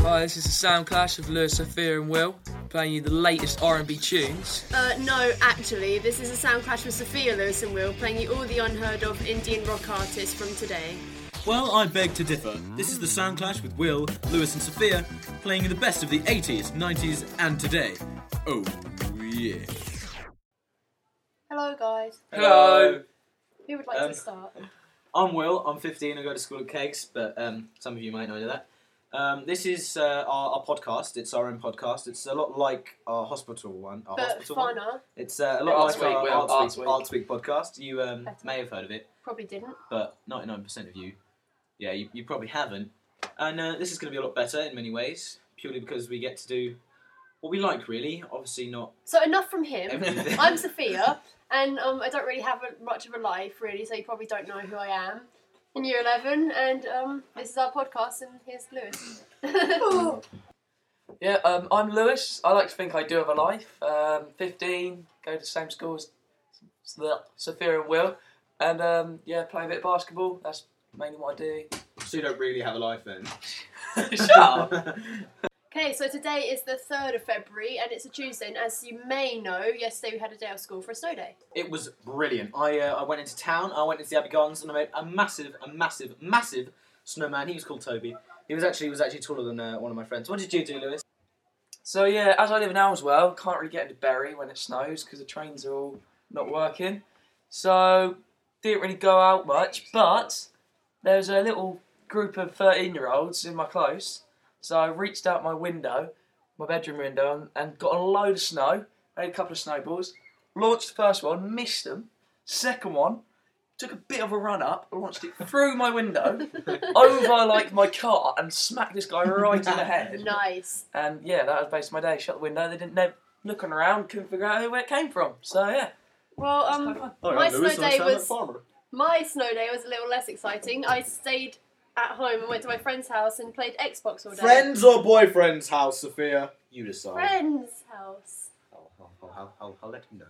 Hi, this is the Sound Clash of Lewis, Sophia, and Will, playing you the latest R&B tunes. Uh, no, actually, this is a sound clash with Sophia Lewis and Will playing you all the unheard of Indian rock artists from today. Well, I beg to differ. This is the Sound Clash with Will, Lewis, and Sophia, playing the best of the 80s, 90s, and today. Oh, yeah. Hello, guys. Hello. Who would like Um, to start? I'm Will, I'm 15, I go to school at Kegs, but um, some of you might not know that. Um, this is uh, our, our podcast, it's our own podcast. It's a lot like our hospital one. Our But hospital one. Fana It's uh, a lot Arts like our Week, Will, Arts, Arts Week, Week. Arts Week podcast. You um, Better. may have heard of it, probably didn't. but 99% of you, yeah, you, you probably haven't. And uh, this is going to be a lot better in many ways, purely because we get to do what we like, really. Obviously, not So enough from him. everything. I'm Sophia, and um, I don't really have a, much of a life, really. So you probably don't know who I am. In year eleven, and um, this is our podcast, and here's Lewis. Yeah, um, I'm Lewis. I like to think I do have a life. Um, 15, go to the same school as s- the Sophia and Will, and um, yeah, play a bit of basketball. That's mainly what I do. So you don't really have a life then. Shut up. okay, so today is the third of February, and it's a Tuesday. And as you may know, yesterday we had a day off school for a snow day. It was brilliant. I uh, I went into town. I went into the Abbey Gardens and I made a massive, a massive, massive snowman. He was called Toby. He was actually he was actually taller than uh, one of my friends. What did you do, Lewis? So yeah, as I live in Alswell, can't really get into Bury when it snows because the trains are all not working. So didn't really go out much, but there was a little group of 13 year olds in my close. So I reached out my window, my bedroom window, and, and got a load of snow. Made a couple of snowballs, launched the first one, missed them. Second one, took a bit of a run up, launched it through my window, over like my car, and smacked this guy right in the head. Nice. And yeah, that was based on my day. Shut the window. They didn't know, looking around, couldn't figure out where it came from. So yeah, Well, it's quite um, fun. Oh, My Lewis, snow I'm day Sam, was- farmer. My snow day was a little less exciting. I stayed at home and went to my friend's house and played Xbox all day. Friends or boyfriend's house, Sophia? You decide. Friend's house. I'll, I'll, I'll, I'll, I'll let him know.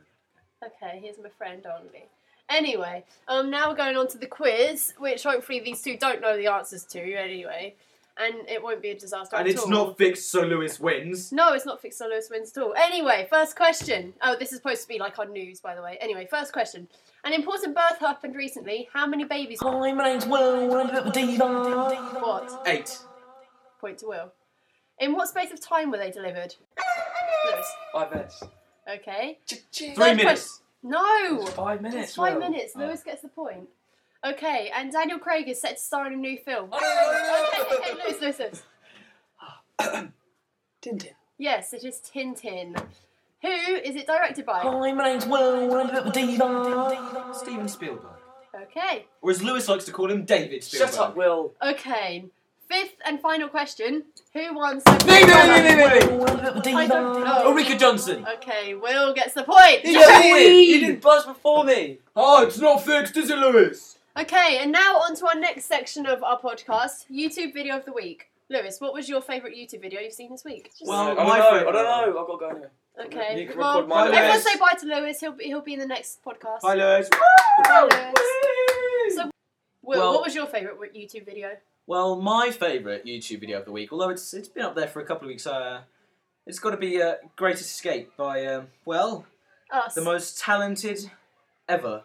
Okay, here's my friend only. Anyway, um, now we're going on to the quiz, which hopefully these two don't know the answers to anyway, and it won't be a disaster And at it's all. not fixed, so Lewis wins. No, it's not fixed on Lewis wins at all. Anyway, first question. Oh, this is supposed to be like on news, by the way. Anyway, first question. An important birth happened recently. How many babies? Hi, my name's Will. I'm a little diva. What? Eight. Point to Will. In what space of time were they delivered? Lewis. Five minutes. Okay. Three Third minutes. No. Five minutes. It's five Will. Oh. minutes. Lewis gets the point. Okay, and Daniel Craig is set to star in a new film. okay, okay, Lewis, Lewis, Lewis. Tintin. Yes, it is Tintin. Who is it directed by? Hi, my name's Will. I'm a little diva. Steven Spielberg. Okay. Or as Lewis likes to call him, David Spielberg. Shut up, Will. Okay. Fifth and final question. Who won Seven Me, me, me, me, me, me. I'm a little I don't diva. know. Ulrika Johnson. Okay, Will gets the point. You didn't Wee! win. You didn't buzz before me. Oh, it's not fixed, is it, Lewis? Okay, and now on to our next section of our podcast, YouTube video of the week. Lewis, what was your favourite YouTube video you've seen this week? Well, I don't my know. favourite I don't know. I've got to go anyway. Okay. You can well, record my Lewis. everyone say bye to Lewis. He'll be, he'll be in the next podcast. Hi, Lewis. Bye, Lewis. Will, Well- what was your favourite wi- YouTube video? Well, my favourite YouTube video of the week, although it's it's been up there for a couple of weeks, uh, it's got to be uh, Great Escape by, um, well, Us. the most talented ever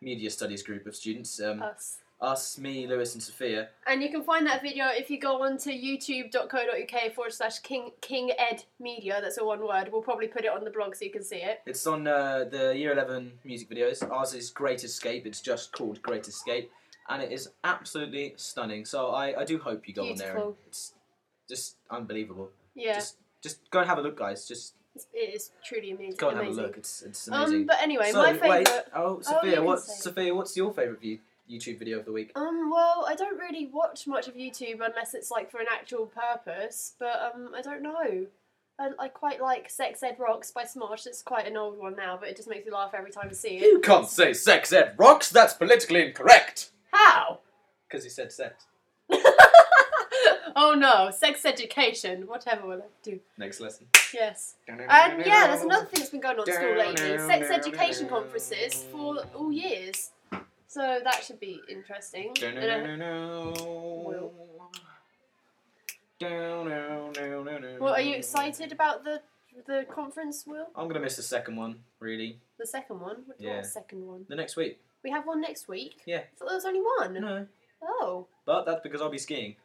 media studies group of students. Um, Us. us, me, Lewis, and Sophia. And you can find that video if you go on to youtube.co.uk forward slash king, king ed media. That's all one word. We'll probably put it on the blog so you can see it. It's on uh, the Year 11 music videos. Ours is Great Escape, it's just called Great Escape, and it is absolutely stunning. So I, I do hope you go on there. And Beautiful. it's just unbelievable. Yeah, Just, just go and have a look, guys. Just it's- it is truly amazing. go and amazing. have a look. It's, it's amazing. Um, but anyway, so, my favourite. Wait, oh, Sophia, can what's say. Sophia? What's your favourite view, YouTube video of the week? Um, well, I don't really watch much of YouTube unless it's like for an actual purpose, but um, I don't know. I, I quite like Sex Ed Rocks by Smosh. It's quite an old one now, but it just makes me laugh every time I see it. You can't say sex ed rocks, that's politically incorrect. How? Because he said sex. oh no, sex education. Whatever will I do? Next lesson. Yes. And yeah, there's another thing that's been going on at school lately sex education conferences for all years. So that should be interesting. And I- Well, are you excited about the the conference, Will? I'm gonna miss the second one, really. The second one? What do you Yeah. want, second one? The next week. We have one next week? Yeah. I thought there was only one. No. Oh. But that's because I'll be skiing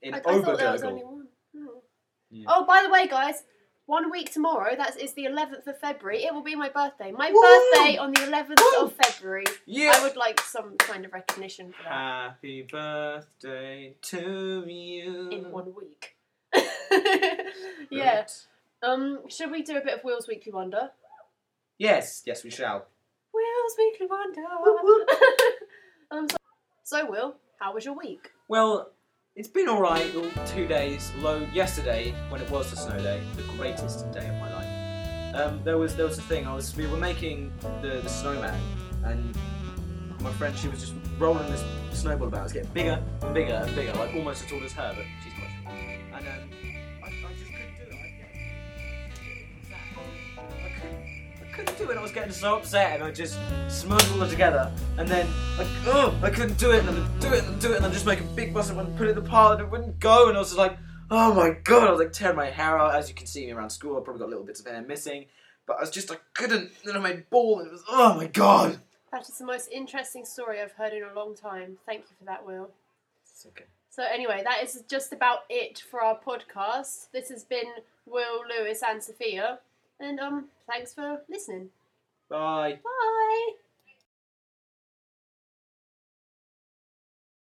in I, I thought there was only Obergurgel. one. Oh. Yeah. Oh, by the way, guys, one week tomorrow, that is the 11th of February, it will be my birthday. My Woo! birthday on the 11th of February. I Yeah. would like some kind of recognition for that Happy birthday to you. in one week. yeah. Um, should we do a bit of Will's Weekly Wonder? Yes. Yes, we shall. Will's Weekly Wonder. um, so, so, Will, how was your week? Well, it's been alright all two days, although yesterday, when it was the snow day, the greatest day of my life, um, there was there was a thing, I was we were making the, the snowman and my friend she was just rolling this snowball about, it was getting bigger and bigger and bigger, like almost as tall as her, but she's quite short. And um, I, I just couldn't do it. I couldn't- I couldn't- I couldn't do it. I was getting so upset, and I just smushed all together, and then like, oh, I couldn't do it, and I'd do it, and I'd do it, and I'd just make a big fuss and I'd put it apart, and it wouldn't go, and I was just like, oh my god, I was like tearing my hair out. As you can see me around school, I probably got little bits of hair missing, but I was just I couldn't. Then I made ball, and it was oh my god. That is the most interesting story I've heard in a long time. Thank you for that, Will. It's okay. So, anyway, that is just about it for our podcast. This has been Will, Lewis, and Sophia. And um, thanks for listening. Bye. Bye.